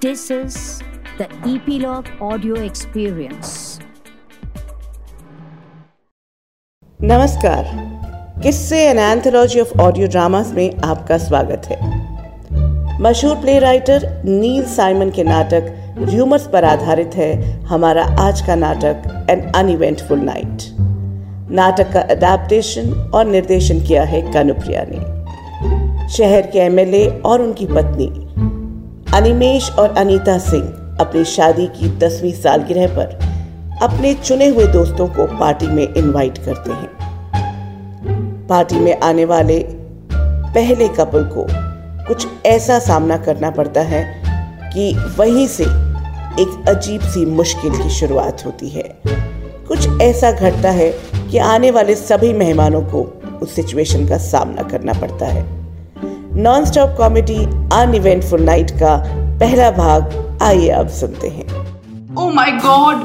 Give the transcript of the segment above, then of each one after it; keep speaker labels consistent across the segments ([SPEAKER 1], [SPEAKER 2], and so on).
[SPEAKER 1] This is the Epilogue Audio Experience.
[SPEAKER 2] नमस्कार किस्से an anthology of audio dramas में आपका स्वागत है मशहूर प्ले राइटर नील साइमन के नाटक र्यूमर्स पर आधारित है हमारा आज का नाटक एन अनइवेंटफुल नाइट नाटक का अडेप्टेशन और निर्देशन किया है कानुप्रिया ने शहर के एमएलए और उनकी पत्नी अनिमेश और अनीता सिंह अपनी शादी की दसवीं सालगिरह पर अपने चुने हुए दोस्तों को पार्टी में इनवाइट करते हैं पार्टी में आने वाले पहले कपल को कुछ ऐसा सामना करना पड़ता है कि वहीं से एक अजीब सी मुश्किल की शुरुआत होती है कुछ ऐसा घटता है कि आने वाले सभी मेहमानों को उस सिचुएशन का सामना करना पड़ता है non stop comedy uneventful night का पहला भाग आइए आप सुनते हैं
[SPEAKER 3] ओ माय गॉड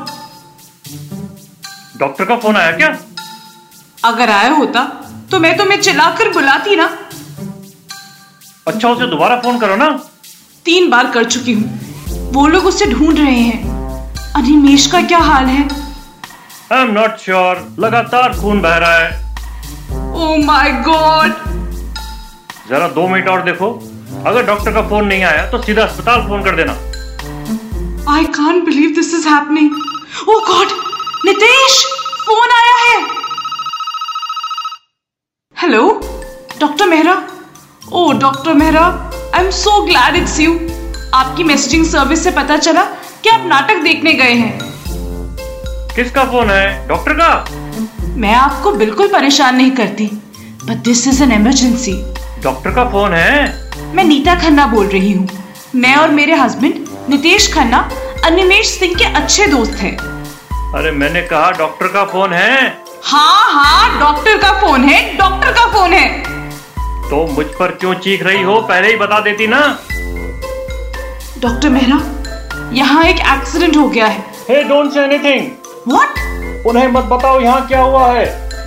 [SPEAKER 4] डॉक्टर का फोन आया क्या
[SPEAKER 3] अगर आया होता तो मैं तुम्हें चिल्लाकर बुलाती ना
[SPEAKER 4] अच्छा उसे दोबारा फोन करो ना
[SPEAKER 3] तीन बार कर चुकी हूँ वो लोग उसे ढूंढ रहे हैं अनिमेश का क्या हाल है
[SPEAKER 4] आई एम नॉट श्योर लगातार खून बह रहा है
[SPEAKER 3] ओ माय गॉड
[SPEAKER 4] जरा दो मिनट और देखो अगर डॉक्टर का फोन नहीं आया तो सीधा अस्पताल फोन कर देना
[SPEAKER 3] I can't believe this is happening oh god Oh Nitesh phone आया है hello doctor Mehra oh doctor Mehra I am so glad it's you आपकी मैसेजिंग सर्विस से पता चला कि आप नाटक देखने गए हैं
[SPEAKER 4] किसका फोन है डॉक्टर का
[SPEAKER 3] मैं आपको बिल्कुल परेशान नहीं करती but this is an emergency
[SPEAKER 4] doctor का फोन है
[SPEAKER 3] मैं नीता खन्ना बोल रही हूँ मैं और मेरे हस्बैंड नितेश खन्ना अनिमेश सिंह के अच्छे दोस्त हैं
[SPEAKER 4] अरे मैंने कहा डॉक्टर का फोन है
[SPEAKER 3] हाँ हाँ डॉक्टर का फोन है डॉक्टर का फोन है
[SPEAKER 4] तो मुझ पर क्यों चीख रही हो पहले ही बता देती ना
[SPEAKER 3] डॉक्टर मेहरा यहाँ एक एक्सीडेंट हो गया है
[SPEAKER 4] hey don't say anything
[SPEAKER 3] what
[SPEAKER 4] उन्हें मत बताओ यहाँ क्या हुआ है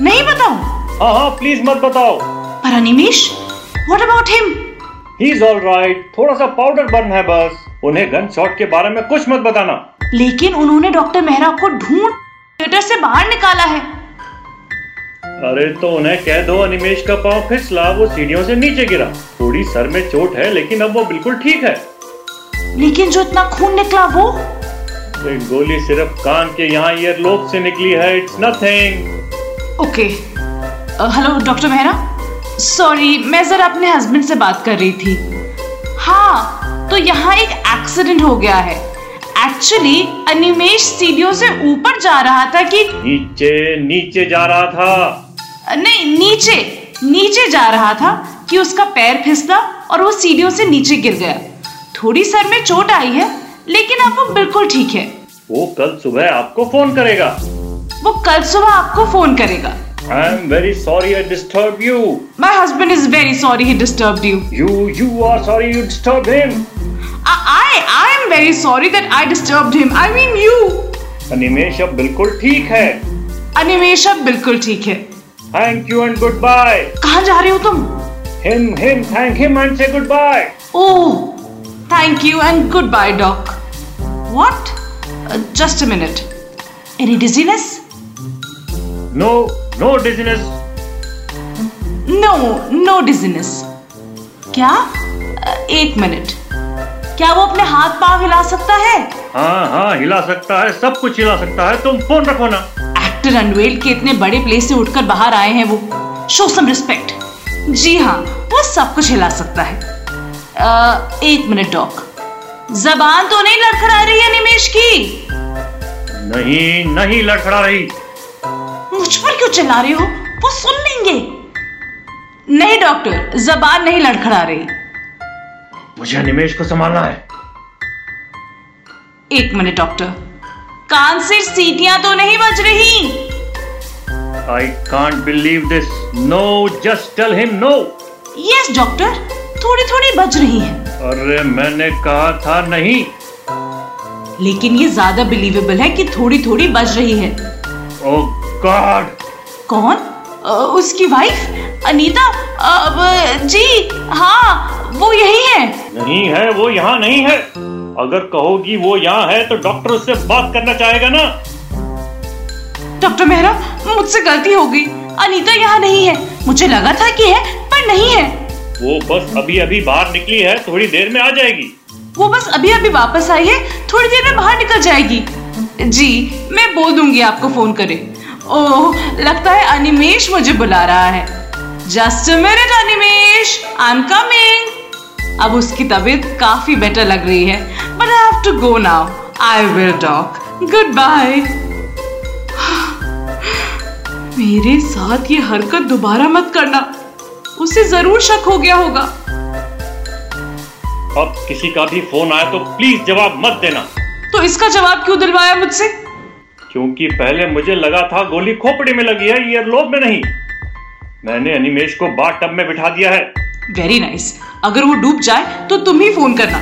[SPEAKER 3] नहीं बताऊं
[SPEAKER 4] हाँ हाँ प्लीज मत बताओ
[SPEAKER 3] पर Animesh what about him
[SPEAKER 4] he is all right थोड़ा सा पाउडर बर्न है बस उन्हें गन शॉट के बारे में कुछ मत बताना
[SPEAKER 3] लेकिन उन्होंने डॉक्टर मेहरा को ढूंढ थिएटर से बाहर निकाला है
[SPEAKER 4] अरे तो उन्हें कह दो अनिमेश का पाँव फिसला वो सीढ़ियों से नीचे गिरा थोड़ी सर में चोट है लेकिन अब वो बिल्कुल ठीक है
[SPEAKER 3] लेकिन जो इतना खून निकला वो
[SPEAKER 4] एक गोली सिर्फ कान के यहाँ ईयर लोब से निकली है it's nothing
[SPEAKER 3] okay hello doctor Mehra sorry मैं जरा अपने हस्बैंड से बात कर रही थी हाँ तो यहाँ एक एक्सीडेंट हो गया है एक्चुअली अनिमेश सीढ़ियों से ऊपर जा रहा था कि uh,
[SPEAKER 4] नीचे नीचे जा रहा था
[SPEAKER 3] नहीं नीचे नीचे जा रहा था कि उसका पैर फिसला और वो सीढ़ियों से नीचे गिर गया थोड़ी सर में चोट आई है लेकिन अब वो बिल्कुल ठीक है
[SPEAKER 4] वो कल सुबह आपको फोन करेगा
[SPEAKER 3] वो कल सुबह आपको फोन करेगा
[SPEAKER 4] I am very sorry I disturb you
[SPEAKER 3] my husband is very sorry he disturb you
[SPEAKER 4] you you are sorry you disturb him
[SPEAKER 3] I I am very sorry that I disturb him I mean you
[SPEAKER 4] Animesh अब बिल्कुल ठीक है
[SPEAKER 3] अनिमेश अब बिल्कुल ठीक है
[SPEAKER 4] thank you and goodbye
[SPEAKER 3] कहाँ जा रहे हो तुम
[SPEAKER 4] him him thank him and say goodbye
[SPEAKER 3] Oh, thank you and goodbye, Doc. What? Uh, just a minute. Any dizziness?
[SPEAKER 4] No no dizziness
[SPEAKER 3] No, no dizziness. क्या uh, एक मिनट क्या वो अपने हाथ पांव हिला सकता है
[SPEAKER 4] हाँ हाँ हिला सकता है सब कुछ हिला सकता है तुम फोन रखो ना
[SPEAKER 3] एक्टर अनवेल के इतने बड़े प्लेस से उठकर बाहर आए हैं वो शो सम रिस्पेक्ट जी हाँ वो सब कुछ हिला सकता है uh, एक मिनट डॉक जबान तो नहीं लड़खड़ा रही है निमेश की
[SPEAKER 4] नहीं नहीं लड़खड़ा रही
[SPEAKER 3] मुझ पर क्यों चिल्ला रहे हो वो सुन लेंगे नहीं डॉक्टर जबान नहीं लड़खड़ा रही
[SPEAKER 4] मुझे निमेश को संभालना है
[SPEAKER 3] एक मिनट डॉक्टर कान से सीटियां तो नहीं बज रही
[SPEAKER 4] I can't believe this no just tell him no
[SPEAKER 3] yes doctor थोड़ी थोड़ी बज रही हैं
[SPEAKER 4] अरे मैंने कहा था नहीं
[SPEAKER 3] लेकिन ये ज्यादा बिलीवेबल है कि थोड़ी थोड़ी बज रही है
[SPEAKER 4] ओ गॉड
[SPEAKER 3] कौन अ, उसकी वाइफ अनीता अ, ब- जी हाँ वो यही है
[SPEAKER 4] नहीं है वो यहाँ नहीं है अगर कहोगी वो यहाँ है तो डॉक्टर उससे बात करना चाहेगा ना
[SPEAKER 3] डॉक्टर मेहरा मुझसे गलती हो गई अनीता यहाँ नहीं है मुझे लगा था कि है पर नहीं है
[SPEAKER 4] वो बस अभी अभी बाहर निकली है थोड़ी देर में आ जाएगी
[SPEAKER 3] वो बस अभी अभी वापस आई है थोड़ी देर में बाहर निकल जाएगी जी मैं बोल दूंगी आपको फोन करे ओह लगता है अनिमेश मुझे बुला रहा है just minute Animesh I am coming अब उसकी तबीयत काफी बेटर लग रही है but I have to go now I will talk goodbye मेरे साथ ये हरकत दोबारा मत करना उसे जरूर शक हो गया होगा
[SPEAKER 4] अब किसी का भी फोन आया तो प्लीज जवाब मत देना
[SPEAKER 3] तो इसका जवाब क्यों दिलवाया मुझसे
[SPEAKER 4] क्योंकि पहले मुझे लगा था गोली खोपड़ी में लगी है ईयरलोब में नहीं मैंने अनिमेश को बाथ टब में बिठा दिया है
[SPEAKER 3] वेरी नाइस nice. अगर वो डूब जाए तो तुम ही फोन करना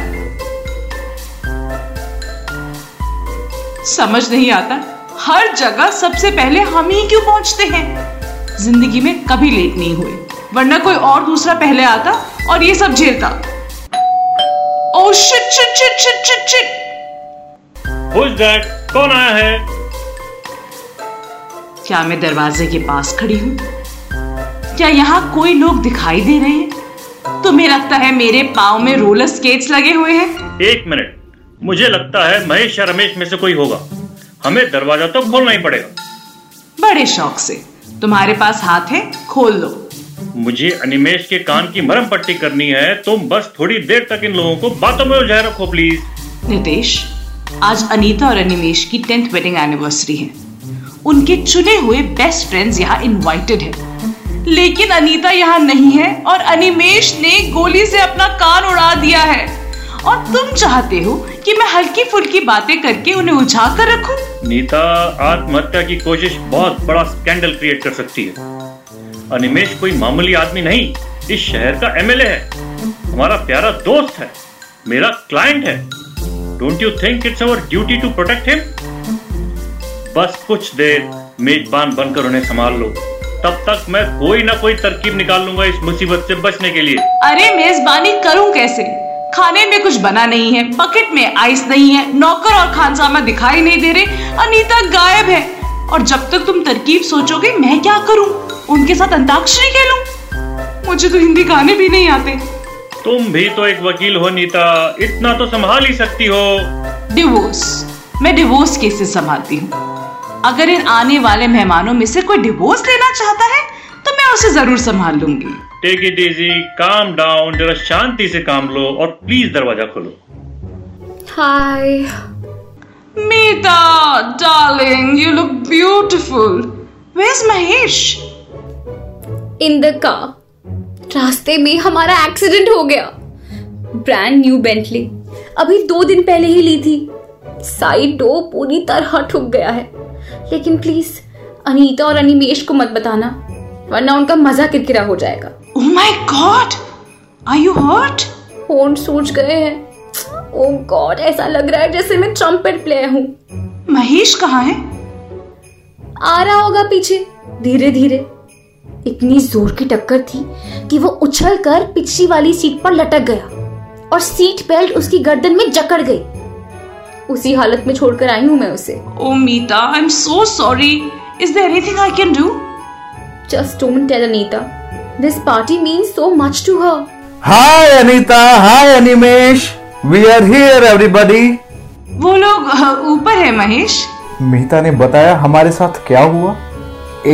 [SPEAKER 3] समझ नहीं आता हर जगह सबसे पहले हम ही क्यों पहुंचते हैं जिंदगी में कभी लेट नहीं हुए वरना कोई और दूसरा पहले आता और ये सब झेलता Oh, oh shit shit shit shit shit shit
[SPEAKER 4] who's that कौन आया है
[SPEAKER 3] क्या मैं दरवाजे के पास खड़ी हूँ क्या यहाँ कोई लोग दिखाई दे रहे हैं तुम्हें लगता है मेरे पाँव में रोलर स्केट्स लगे हुए हैं
[SPEAKER 4] एक मिनट मुझे लगता है महेश या रमेश में से कोई होगा हमें दरवाजा तो खोलना ही पड़ेगा
[SPEAKER 3] बड़े शौक से तुम्हारे पास हाथ है खोल लो
[SPEAKER 4] मुझे अनिमेश के कान की मरम पट्टी करनी है तुम बस थोड़ी देर तक इन लोगों को बातों में उलझाए रखो प्लीज
[SPEAKER 3] नितेश आज अनीता और अनिमेश की टेंथ वेडिंग एनिवर्सरी है उनके चुने हुए बेस्ट फ्रेंड्स यहाँ इनवाइटेड हैं लेकिन अनीता यहाँ नहीं है और अनिमेश ने गोली से अपना कान उड़ा दिया है और तुम चाहते हो कि मैं हल्की फुल्की बातें करके उन्हें उलझा कर रखूं?
[SPEAKER 4] नीता आत्महत्या की कोशिश बहुत बड़ा स्कैंडल क्रिएट कर सकती है अनिमेश कोई मामूली आदमी नहीं इस शहर का एमएलए है हमारा प्यारा दोस्त है मेरा क्लाइंट है don't you think it's our duty to protect him बस कुछ देर मेजबान बनकर उन्हें संभाल लो तब तक मैं कोई ना कोई तरकीब निकाल लूंगा इस मुसीबत से बचने के लिए
[SPEAKER 3] अरे मेजबानी करूं कैसे खाने में कुछ बना नहीं है पकेट में आइस नहीं है नौकर और खानसामा दिखाई नहीं दे रहे अनीता गायब है और जब तक तुम तरकीब सोचोगे मैं क्या करूं उनके साथ अंताक्षरी खेलूं मुझे तो हिंदी गाने भी नहीं आते
[SPEAKER 4] तुम भी तो एक वकील हो नीता इतना तो संभाल ही सकती हो
[SPEAKER 3] डिवोर्स मैं डिवोर्स केसेस संभालती हूँ अगर इन आने वाले मेहमानों में से कोई डिवोर्स लेना चाहता है तो मैं उसे जरूर संभाल लूंगी
[SPEAKER 4] take it easy calm down जरा शांति से काम लो और प्लीज दरवाजा खोलो
[SPEAKER 5] hi
[SPEAKER 3] Meeta darling you look beautiful where is Mahesh
[SPEAKER 5] in the car रास्ते में हमारा एक्सीडेंट हो गया ब्रांड न्यू बेंटली अभी दो दिन पहले ही ली थी साइड डो पूरी तरह ठुक गया है लेकिन प्लीज अनीता और अनिमेश को मत बताना वरना उनका मजा किरकिरा हो जाएगा
[SPEAKER 3] oh my God are you hurt
[SPEAKER 5] phone सूझ गए हैं ओ गॉड ऐसा लग रहा है जैसे मैं ट्रम्पेट प्लेयर हूँ
[SPEAKER 3] महेश कहाँ है
[SPEAKER 5] आ रहा होगा पीछे धीरे धीरे इतनी जोर की टक्कर थी कि वो उछल कर पिछली वाली सीट पर लटक गया और सीट बेल्ट उसकी गर्दन में जकड़ गई उसी हालत में छोड़कर आई हूँ मैं उसे
[SPEAKER 3] oh Meeta I am so sorry is there anything I can do
[SPEAKER 5] just don't tell Anita this party means so much to her
[SPEAKER 6] Hi Anita, hi Animesh. We are here everybody.
[SPEAKER 3] वो लोग अ, ऊपर है महेश
[SPEAKER 6] मेहता ने बताया हमारे साथ क्या हुआ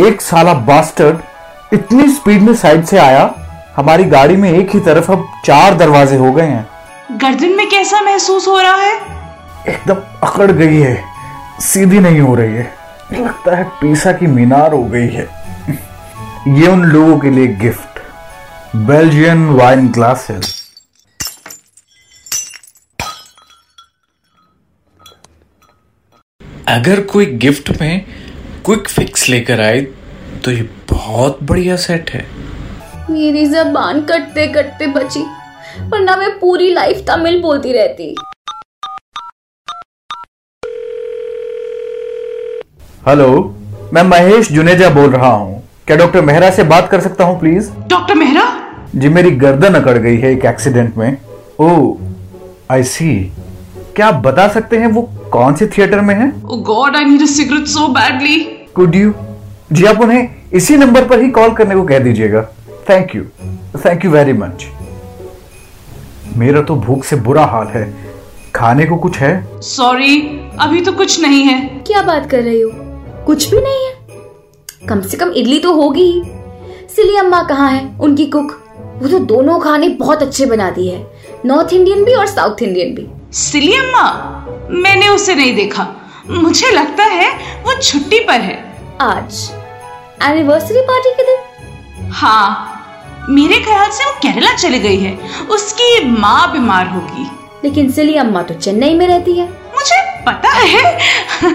[SPEAKER 6] एक साला बास्टर्ड इतनी स्पीड में साइड से आया हमारी गाड़ी में एक ही तरफ अब चार दरवाजे हो गए हैं
[SPEAKER 3] गर्दन में कैसा महसूस हो रहा है
[SPEAKER 6] एकदम अकड़ गई है सीधी नहीं हो रही है लगता है पीसा की मीनार हो गई है ये उन लोगों के लिए गिफ्ट बेल्जियन वाइन ग्लासेस
[SPEAKER 7] अगर कोई गिफ्ट में क्विक फिक्स लेकर आए तो ये बहुत बढ़िया सेट है
[SPEAKER 5] मेरी जबान कटते कटते बची वरना मैं पूरी लाइफ तमिल बोलती रहती
[SPEAKER 6] हेलो मैं महेश जुनेजा बोल रहा हूँ क्या डॉक्टर मेहरा से बात कर सकता हूँ प्लीज
[SPEAKER 3] डॉक्टर मेहरा
[SPEAKER 6] जी मेरी गर्दन अकड़ गई है एक एक्सीडेंट में ओ आई सी क्या आप बता सकते हैं वो कौन से थिएटर में है
[SPEAKER 3] Oh God, I need a cigarette so badly.
[SPEAKER 6] Could you जी आप उन्हें इसी नंबर पर ही कॉल करने को कह दीजिएगा thank you thank you very much मेरा तो भूख से बुरा हाल है खाने को कुछ है
[SPEAKER 3] Sorry, अभी तो कुछ नहीं है.
[SPEAKER 5] क्या बात कर रही हो कुछ भी नहीं है कम से कम इडली तो होगी ही सिली अम्मा कहाँ है उनकी कुक वो तो दोनों खाने बहुत अच्छे बनाती है नॉर्थ इंडियन भी और साउथ इंडियन भी
[SPEAKER 3] सिली अम्मा, मैंने उसे नहीं देखा. मुझे लगता है वो छुट्टी पर है.
[SPEAKER 5] आज एनिवर्सरी पार्टी के दिन
[SPEAKER 3] हाँ, मेरे ख्याल से वो केरला चली गई है. उसकी माँ बीमार होगी.
[SPEAKER 5] लेकिन सिली अम्मा तो चेन्नई में रहती है
[SPEAKER 3] मुझे पता है,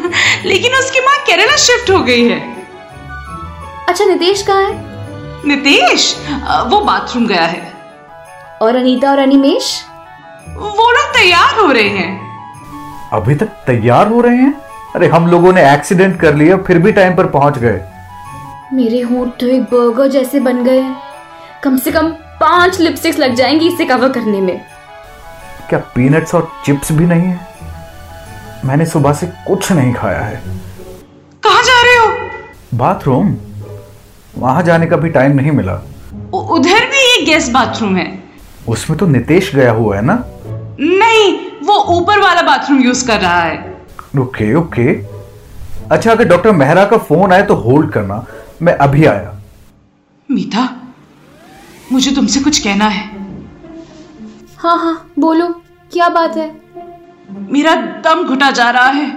[SPEAKER 3] लेकिन उसकी माँ केरला शिफ्ट हो गई है.
[SPEAKER 5] अच्छा नितेश कहाँ है
[SPEAKER 3] नितेश, अ, वो बाथरूम गया है.
[SPEAKER 5] और अनीता और अनिमेश
[SPEAKER 3] वो लोग तैयार हो रहे हैं.
[SPEAKER 6] अभी तक तैयार हो रहे हैं अरे हम लोगों ने एक्सीडेंट कर लिया फिर भी टाइम पर पहुंच गए
[SPEAKER 5] मेरे होंठ तो एक बर्गर जैसे बन गए हैं कम से कम पांच लिपस्टिक्स लग जाएंगी इसे कवर करने में
[SPEAKER 6] क्या पीनट्स और चिप्स भी नहीं है मैंने सुबह से कुछ नहीं खाया है
[SPEAKER 3] कहाँ जा रहे हो?
[SPEAKER 6] बाथरूम वहां जाने का भी टाइम नहीं मिला
[SPEAKER 3] उ- उधर भी ये गेस्ट बाथरूम है
[SPEAKER 6] उसमें तो नितेश गया हुआ है ना
[SPEAKER 3] नहीं वो ऊपर वाला बाथरूम यूज कर रहा है
[SPEAKER 6] ओके ओके अच्छा अगर डॉक्टर मेहरा का फोन आए तो होल्ड करना मैं अभी आया
[SPEAKER 3] मीता मुझे तुमसे कुछ कहना है
[SPEAKER 5] हाँ हाँ बोलो क्या बात है
[SPEAKER 3] मेरा दम घुटा जा रहा है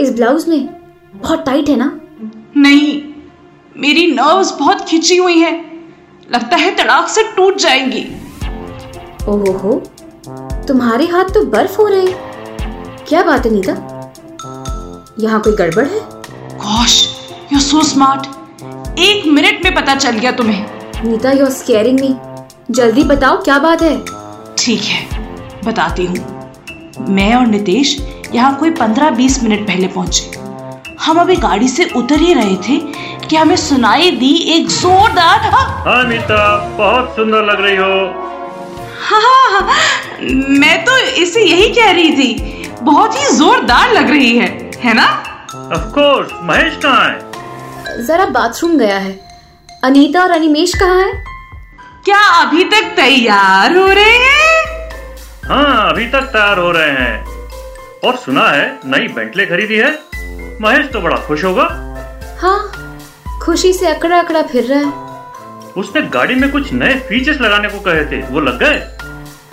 [SPEAKER 5] इस ब्लाउज में बहुत टाइट है ना
[SPEAKER 3] नहीं मेरी नर्व्स बहुत खिंची हुई हैं लगता है तड़ाक से टूट जाएंगी
[SPEAKER 5] ओहो हो तुम्हारे हाथ तो बर्फ हो रहे क्या बात है नीता यहाँ कोई गड़बड़ है
[SPEAKER 3] गॉश यू सो स्मार्ट एक मिनट में पता चल गया तुम्हें
[SPEAKER 5] नीता यू स्केयरिंग मी जल्दी बताओ क्या बात है
[SPEAKER 3] ठीक है बताती हूँ मैं और नितेश यहाँ कोई पंद्रह बीस मिनट पहले पहुंचे हम अभी गाड़ी से उतर ही रहे थे कि हमें सुनाई दी एक जोरदार हाँ,
[SPEAKER 4] हाँ नीता बहुत सुंदर लग रही हो
[SPEAKER 3] हाँ, मैं तो इसे यही कह रही थी बहुत ही जोरदार लग रही है है ना
[SPEAKER 4] ऑफ कोर्स महेश कहाँ है
[SPEAKER 5] जरा बाथरूम गया है अनीता और अनिमेश कहाँ है
[SPEAKER 3] क्या अभी तक तैयार हो रहे हैं
[SPEAKER 4] हाँ अभी तक तैयार हो रहे हैं और सुना है नई बेंटले खरीदी है महेश तो बड़ा खुश होगा
[SPEAKER 5] हाँ खुशी से अकड़ा अकड़ा फिर रहा है
[SPEAKER 4] उसने गाड़ी में कुछ नए फीचर्स लगाने को कहे थे वो लग गए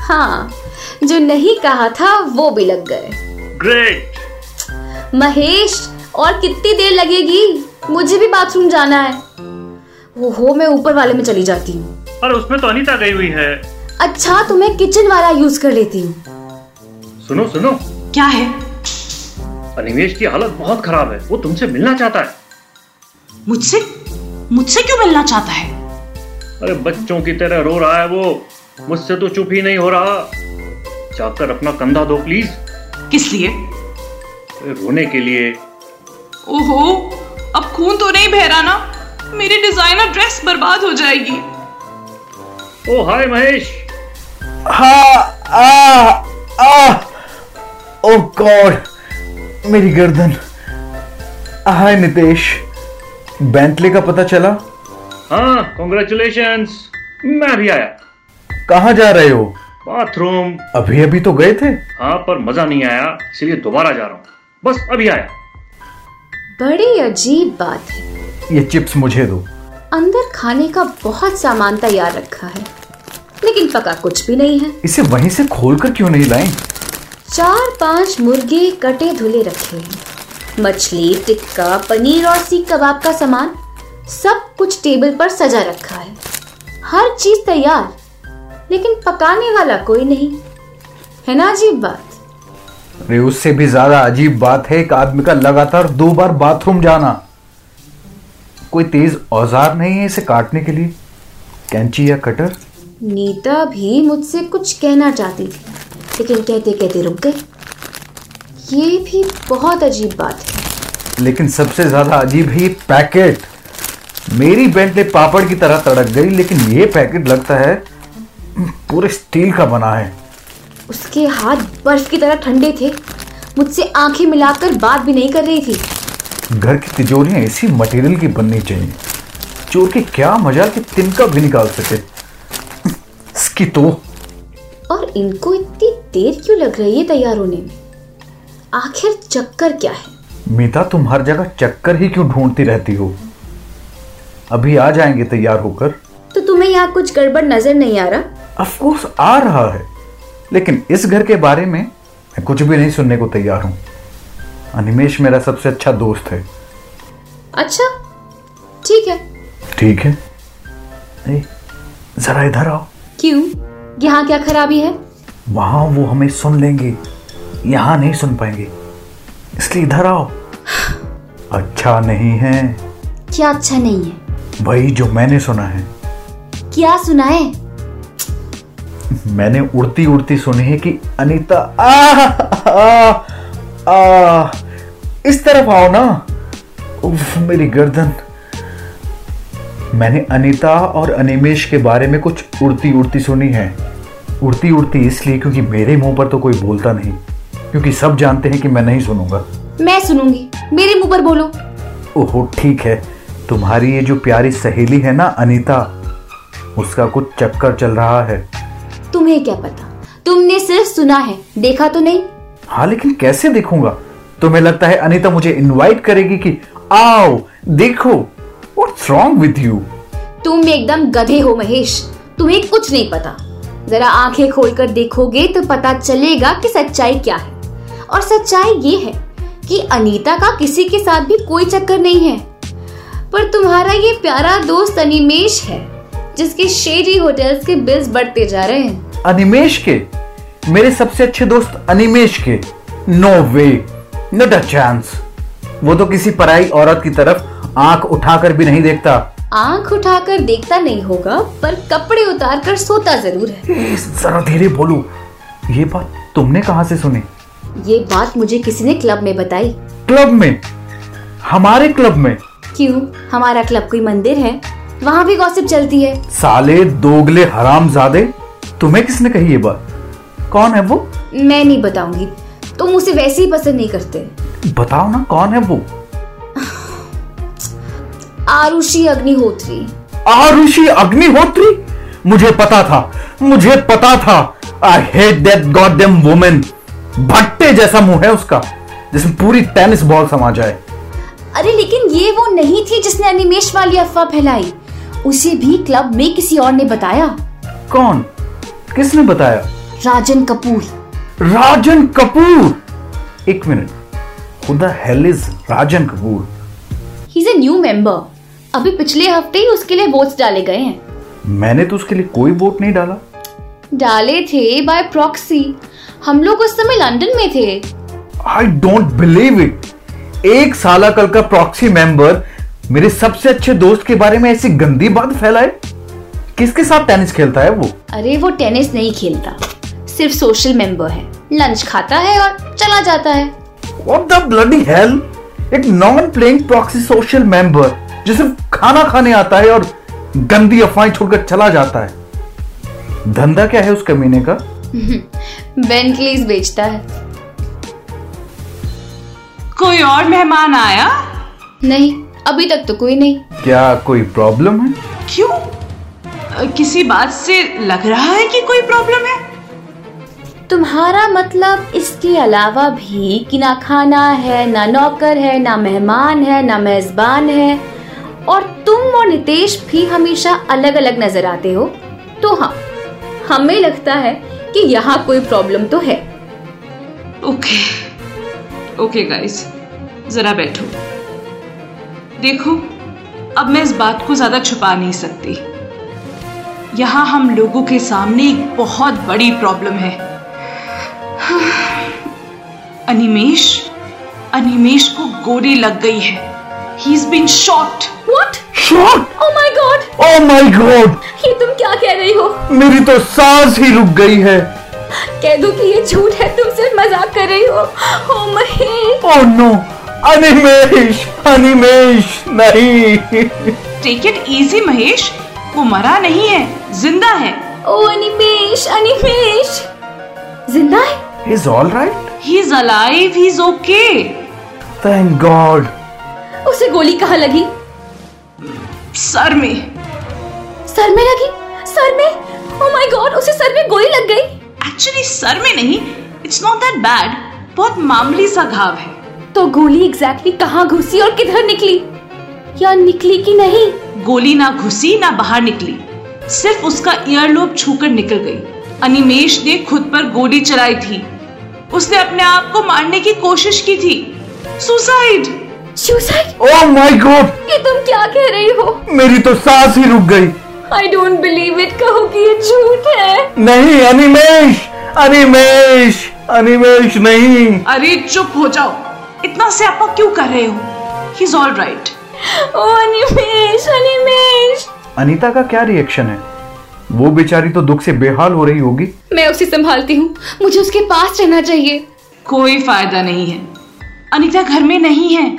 [SPEAKER 5] हाँ जो नहीं कहा था वो भी लग गए
[SPEAKER 4] ग्रेट
[SPEAKER 5] महेश और कितनी देर लगेगी मुझे भी बाथरूम जाना है ओहो मैं ऊपर वाले में चली जाती हूँ
[SPEAKER 4] और उसमें तो अनीता गई हुई है
[SPEAKER 5] अच्छा तो मैं किचन वाला यूज कर लेती हूँ
[SPEAKER 4] सुनो सुनो
[SPEAKER 3] क्या है
[SPEAKER 4] अनिमेश की हालत बहुत खराब है वो तुमसे मिलना चाहता है
[SPEAKER 3] मुझसे मुझसे क्यों मिलना चाहता है
[SPEAKER 4] अरे बच्चों की तरह रो रहा है वो मुझसे तो चुप ही नहीं हो रहा जाकर अपना कंधा दो प्लीज
[SPEAKER 3] किस लिए
[SPEAKER 4] रोने के लिए
[SPEAKER 3] ओहो अब खून तो नहीं बह रहा ना मेरी डिजाइनर ड्रेस बर्बाद हो जाएगी
[SPEAKER 4] ओ हाय महेश
[SPEAKER 6] हाँ आ, आ, ओ गॉड मेरी गर्दन हाय नितेश बेंटले का पता चला
[SPEAKER 4] हाँ कॉन्ग्रेचुलेशंस मैं भी आया
[SPEAKER 6] कहाँ जा रहे हो
[SPEAKER 4] बाथरूम
[SPEAKER 6] अभी अभी तो गए थे
[SPEAKER 4] हाँ पर मजा नहीं आया इसलिए दोबारा जा रहा हूँ बस अभी आया
[SPEAKER 5] बड़ी अजीब बात है
[SPEAKER 6] ये चिप्स मुझे दो
[SPEAKER 5] अंदर खाने का बहुत सामान तैयार रखा है लेकिन पका कुछ भी नहीं है
[SPEAKER 6] इसे वहीं से खोलकर क्यों नहीं लाए
[SPEAKER 5] चार पांच मुर्गे कटे धुले रखे हैं मछली टिक्का पनीर और सीख कबाब का सामान सब कुछ टेबल पर सजा रखा है हर चीज तैयार लेकिन पकाने वाला कोई नहीं है ना अजीब बात
[SPEAKER 6] अरे उससे भी ज्यादा अजीब बात है एक आदमी का लगातार दो बार बाथरूम जाना कोई तेज औजार नहीं है इसे काटने के लिए कैंची या कटर
[SPEAKER 5] नीता भी मुझसे कुछ कहना चाहती थी लेकिन कहते कहते रुक गई ये भी बहुत अजीब बात है
[SPEAKER 6] लेकिन सबसे ज्यादा अजीब है ये पैकेट मेरी बेंटले पापड़ की तरह तड़क गई लेकिन ये पैकेट लगता है पूरे स्टील का बना है
[SPEAKER 5] उसके हाथ बर्फ की तरह ठंडे थे मुझसे आंखें मिलाकर बात भी नहीं कर रही थी
[SPEAKER 6] घर की तिजोरियां इसी मटेरियल की बननी चाहिए चोर के क्या मजा कि तिनका भी निकाल सके इसकी तो
[SPEAKER 5] और इनको इतनी देर क्यों लग रही है तैयार होने में आखिर चक्कर क्या है
[SPEAKER 6] मीता तुम हर जगह चक्कर ही क्यों ढूंढती रहती हो अभी आ जाएंगे तैयार होकर
[SPEAKER 5] तो तुम्हें यहाँ कुछ गड़बड़ नजर नहीं आ रहा
[SPEAKER 6] ऑफ कोर्स आ रहा है लेकिन इस घर के बारे में मैं कुछ भी नहीं सुनने को तैयार हूँ अनिमेश मेरा सबसे अच्छा दोस्त है
[SPEAKER 5] अच्छा ठीक है
[SPEAKER 6] ठीक है ए, जरा इधर आओ
[SPEAKER 5] क्यों यहाँ क्या खराबी है
[SPEAKER 6] वहाँ वो हमें सुन लेंगे यहाँ नहीं सुन पाएंगे इसलिए इधर आओ अच्छा नहीं है
[SPEAKER 5] क्या अच्छा नहीं है
[SPEAKER 6] वही जो मैंने सुना है
[SPEAKER 5] क्या सुना है
[SPEAKER 6] मैंने उड़ती उड़ती सुनी है कि अनीता आ, आ, आ, इस तरफ आओ ना उफ, मेरी गर्दन मैंने अनीता और अनिमेश के बारे में कुछ उड़ती उड़ती सुनी है उड़ती उड़ती इसलिए क्योंकि मेरे मुंह पर तो कोई बोलता नहीं क्योंकि सब जानते हैं कि मैं नहीं सुनूंगा
[SPEAKER 5] मैं सुनूंगी मेरे मुंह पर बोलो
[SPEAKER 6] ओहो ठीक है तुम्हारी ये जो प्यारी सहेली है ना अनीता उसका कुछ चक्कर चल रहा है
[SPEAKER 5] तुम्हें क्या पता तुमने सिर्फ सुना है देखा तो नहीं
[SPEAKER 6] हाँ लेकिन कैसे देखूंगा तुम्हें लगता है अनीता मुझे इनवाइट करेगी कि आओ देखो व्हाट्स रॉन्ग विद यू
[SPEAKER 5] तुम एकदम गधे हो महेश तुम्हें कुछ नहीं पता जरा आंखें खोलकर देखोगे तो पता चलेगा कि सच्चाई क्या है और सच्चाई ये है कि अनीता का किसी के साथ भी कोई चक्कर नहीं है पर तुम्हारा ये प्यारा दोस्त अनिमेश है जिसके शेरी होटल्स के बिल्स बढ़ते जा रहे हैं
[SPEAKER 6] अनिमेश के मेरे सबसे अच्छे दोस्त अनिमेश के no way not a chance वो तो किसी पराई औरत की तरफ आंख उठाकर भी नहीं देखता
[SPEAKER 5] आंख उठाकर देखता नहीं होगा पर कपड़े उतार कर सोता जरूर है
[SPEAKER 6] ए, जरा धीरे बोलो ये बात तुमने कहाँ से सुनी
[SPEAKER 5] ये बात मुझे किसी ने क्लब में बताई
[SPEAKER 6] क्लब में हमारे क्लब में
[SPEAKER 5] क्यों हमारा क्लब कोई मंदिर है वहाँ भी गॉसिप चलती है
[SPEAKER 6] साले दोगले हरामजादे तुम्हें किसने कही ये बात कौन है वो
[SPEAKER 5] मैं नहीं बताऊंगी तुम उसे वैसे ही पसंद नहीं करते
[SPEAKER 6] बताओ ना कौन है वो
[SPEAKER 5] आरुषि अग्निहोत्री
[SPEAKER 6] आरुषि अग्निहोत्री मुझे पता था मुझे पता था I hate that goddamn women भट्टे जैसा मुंह है उसका जिसमें पूरी टेनिस बॉल समा जाए
[SPEAKER 5] अरे लेकिन ये वो नहीं थी जिसने अनिमेश वाली अफवाह फैलाई उसे भी क्लब में किसी और ने बताया
[SPEAKER 6] कौन किसने बताया
[SPEAKER 5] राजन कपूर
[SPEAKER 6] राजन कपूर एक मिनट खुदा hell is Rajan Kapoor
[SPEAKER 5] he is a new member अभी पिछले हफ्ते ही उसके लिए वोट्स डाले गए हैं
[SPEAKER 6] मैंने तो उसके लिए कोई वोट नहीं डाला
[SPEAKER 5] डाले थे बाय प्रॉक्सी हम लोग उस समय लंदन में थे
[SPEAKER 6] आई डोंट बिलीव इट एक साला कल का प्रॉक्सी मेंबर मेरे सबसे अच्छे दोस्त के बारे में ऐसी गंदी बात फैलाए किसके साथ टेनिस खेलता है वो
[SPEAKER 5] अरे वो टेनिस नहीं खेलता सिर्फ सोशल मेंबर है लंच खाता है और चला जाता है
[SPEAKER 6] व्हाट द ब्लडी हेल एक non playing proxy social member जो सिर्फ खाना खाने आता है और गंदी अफवाहें छोड़कर चला जाता है धंधा क्या है उस कमीने का
[SPEAKER 5] बेंटलीज बेचता है
[SPEAKER 3] कोई और मेहमान आया
[SPEAKER 5] नहीं अभी तक तो कोई नहीं
[SPEAKER 6] क्या कोई प्रॉब्लम है
[SPEAKER 3] क्यों अ, किसी बात से लग रहा है कि कोई प्रॉब्लम है
[SPEAKER 5] तुम्हारा मतलब इसके अलावा भी कि ना खाना है ना नौकर है ना मेहमान है ना मेजबान है और तुम और नितेश भी हमेशा अलग अलग नजर आते हो तो हाँ हमें लगता है कि यहाँ कोई प्रॉब्लम तो है
[SPEAKER 3] ओके ओके गाइस जरा बैठो देखो अब मैं इस बात को ज्यादा छुपा नहीं सकती यहाँ हम लोगों के सामने एक बहुत बड़ी प्रॉब्लम है अनिमेश अनिमेश को गोली लग गई है he is been shot
[SPEAKER 5] What?
[SPEAKER 6] Shot
[SPEAKER 5] Oh my God!
[SPEAKER 6] Oh my God
[SPEAKER 5] ये तुम क्या कह रही हो
[SPEAKER 6] मेरी तो सांस ही रुक गई है
[SPEAKER 5] कह दो कि ये झूठ है तुम सिर्फ मजाक कर रही हो oh
[SPEAKER 6] Oh,
[SPEAKER 5] Mahesh
[SPEAKER 6] oh no Animesh Animesh नहीं
[SPEAKER 3] टेक इट इजी महेश वो मरा नहीं है जिंदा है
[SPEAKER 5] ओ अनिमेश अनिमेश जिंदा है
[SPEAKER 6] is all right
[SPEAKER 3] he is alive he is okay
[SPEAKER 6] thank God
[SPEAKER 5] उसे गोली कहाँ लगी
[SPEAKER 3] सर में
[SPEAKER 5] सर में लगी सर में ओ माय गॉड उसे सर में गोली लग गई
[SPEAKER 3] एक्चुअली सर में नहीं इट्स नॉट दैट बैड बहुत मामूली सा घाव है
[SPEAKER 5] तो गोली एग्जैक्टली कहाँ घुसी और किधर निकली या निकली कि नहीं
[SPEAKER 3] गोली ना घुसी ना बाहर निकली सिर्फ उसका ईयरलोब छूकर निकल गई अनिमेश ने खुद पर गोली चलाई थी उसने अपने आप को मारने की कोशिश की थी suicide
[SPEAKER 5] suicide
[SPEAKER 6] oh my God
[SPEAKER 5] ये तुम क्या कह रही हो
[SPEAKER 6] Oh, मेरी तो सांस ही रुक गई
[SPEAKER 5] आई डोंट बिलीव इट कहो कि ये झूठ है
[SPEAKER 6] नहीं अनिमेश अनिमेश अनिमेश नहीं
[SPEAKER 3] अरे चुप हो जाओ इतना स्यापा क्यों कर रहे हो he is all right
[SPEAKER 5] oh Animesh Animesh
[SPEAKER 6] Anita का क्या रिएक्शन है वो बेचारी तो दुख से बेहाल हो रही होगी
[SPEAKER 5] मैं उसे संभालती हूँ मुझे उसके पास रहना चाहिए
[SPEAKER 3] कोई फायदा नहीं है अनीता घर में नहीं है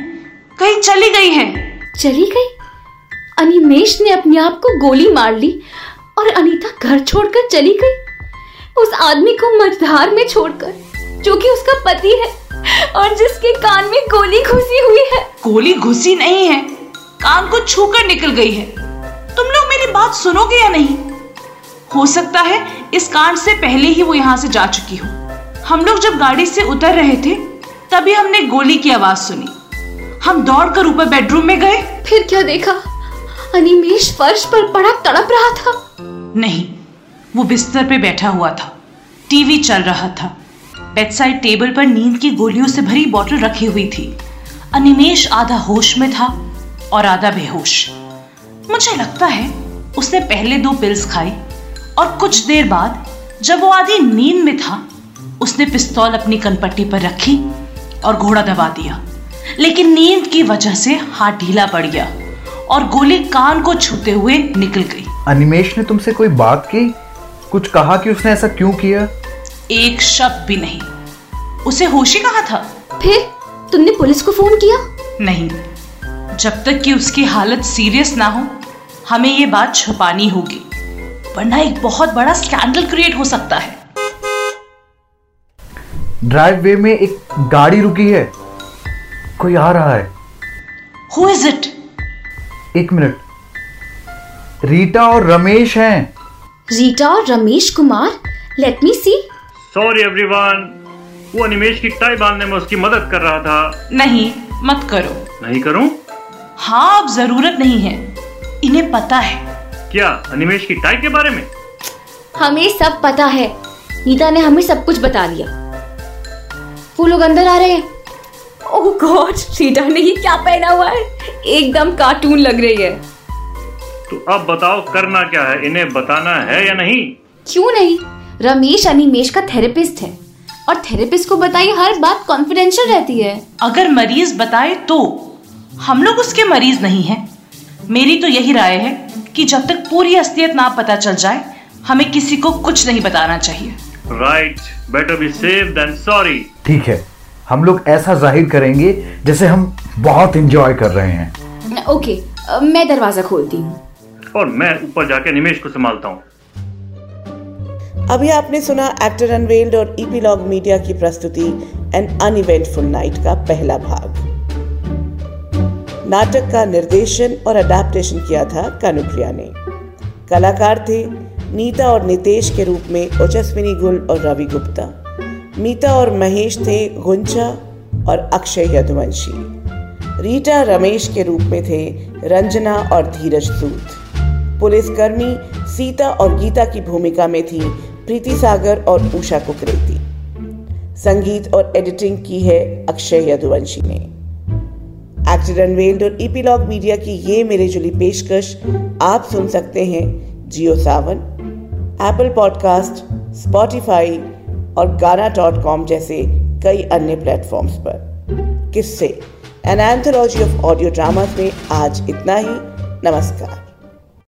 [SPEAKER 3] कहीं चली गई है
[SPEAKER 5] चली गई अनिमेश ने अपने आप को गोली मार ली और अनीता घर छोड़कर चली गई उस आदमी को मझधार में छोड़कर जो कि उसका पति है और जिसके कान में गोली घुसी हुई है
[SPEAKER 3] गोली घुसी नहीं है कान को छूकर निकल गई है तुम लोग मेरी बात सुनोगे या नहीं हो सकता है इस कांड से पहले ही वो यहाँ से जा चुकी हो हम लोग जब गाड़ी से उतर रहे थे तभी हमने गोली की आवाज सुनी हम दौड़कर ऊपर बेडरूम में गए
[SPEAKER 5] फिर क्या देखा अनिमेश फर्श पर पड़ा तड़प रहा था
[SPEAKER 3] नहीं वो बिस्तर पे बैठा हुआ था टीवी चल रहा था बेडसाइड टेबल पर नींद की गोलियों से भरी बोतल रखी हुई थी अनिमेश आधा होश में था और आधा बेहोश मुझे लगता है उसने पहले दो पिल्स खाई और कुछ देर बाद जब वो आधी नींद में था उसने पिस्तौल अपनी कनपट्टी पर रखी और घोड़ा दबा दिया लेकिन नींद की वजह से हाथ ढीला पड़ गया और गोली कान को छूते हुए निकल गई
[SPEAKER 6] अनिमेश ने तुमसे कोई बात की कुछ कहा कि उसने ऐसा क्यों किया
[SPEAKER 3] एक शब्द भी नहीं उसे होशी कहा था
[SPEAKER 5] फिर तुमने पुलिस को फोन किया
[SPEAKER 3] नहीं जब तक कि उसकी हालत सीरियस ना हो हमें ये बात छुपानी होगी वरना एक बहुत बड़ा स्कैंडल क्रिएट हो सकता है
[SPEAKER 6] ड्राइव वे में एक गाड़ी रुकी है कोई आ रहा है
[SPEAKER 3] हु इज इट
[SPEAKER 6] एक मिनट रीटा और रमेश हैं
[SPEAKER 5] रीटा और Ramesh Kumar let me see
[SPEAKER 4] sorry everyone वो अनिमेश की टाई बांधने में उसकी मदद कर रहा था
[SPEAKER 3] नहीं मत करो
[SPEAKER 4] नहीं करूं
[SPEAKER 3] हाँ अब जरूरत नहीं है इन्हें पता है
[SPEAKER 4] क्या अनिमेश की टाई के बारे में
[SPEAKER 5] हमें सब पता है नीता ने हमें सब कुछ बता दिया वो लोग अंदर आ रहे हैं ओह गॉड सीता Oh ने ये क्या पहना हुआ है एकदम कार्टून लग रही है
[SPEAKER 4] तो अब बताओ करना क्या है इन्हें बताना है या नहीं
[SPEAKER 5] क्यों नहीं रमेश अनिमेश का थेरेपिस्ट है और थेरेपिस्ट को बताई हर बात कॉन्फिडेंशियल रहती है
[SPEAKER 3] अगर मरीज बताए तो हम लोग उसके मरीज नहीं हैं मेरी तो यही राय है कि जब तक पूरी असलियत ना पता चल जाए हमें किसी को कुछ नहीं बताना चाहिए
[SPEAKER 4] right better be safe than sorry
[SPEAKER 6] ठीक है हम लोग ऐसा जाहिर करेंगे जैसे हम बहुत इंजॉय कर रहे हैं
[SPEAKER 5] ओके अ, मैं दरवाजा खोलती हूँ
[SPEAKER 4] और मैं ऊपर जाके अनिमेश को संभालता हूँ
[SPEAKER 2] अभी आपने सुना एक्टर अनवेल्ड और E ईपीलॉग मीडिया की प्रस्तुति एन अनइवेंटफुल नाइट का पहला भाग नाटक का निर्देशन और अडेप्टेशन किया था कानुप्रिया ने कलाकार थे नीता और नितेश के रूप में ओजस्विनी गुल और रवि गुप्ता मीता और महेश थे गुंजा और अक्षय यदुवंशी रीटा रमेश के रूप में थे रंजना और धीरज सूद पुलिसकर्मी सीता और गीता की भूमिका में थी प्रीति सागर और उषा कुकरेती संगीत और एडिटिंग की है अक्षय यदुवंशी ने एक्टर अनवेल्ड और ईपीलॉग मीडिया की ये मेरे जुली पेशकश आप सुन सकते हैं Jio Saavn Apple podcast Spotify और गाना डॉट कॉम जैसे कई अन्य प्लेटफॉर्म्स पर किससे an anthology of audio dramas में आज इतना ही नमस्कार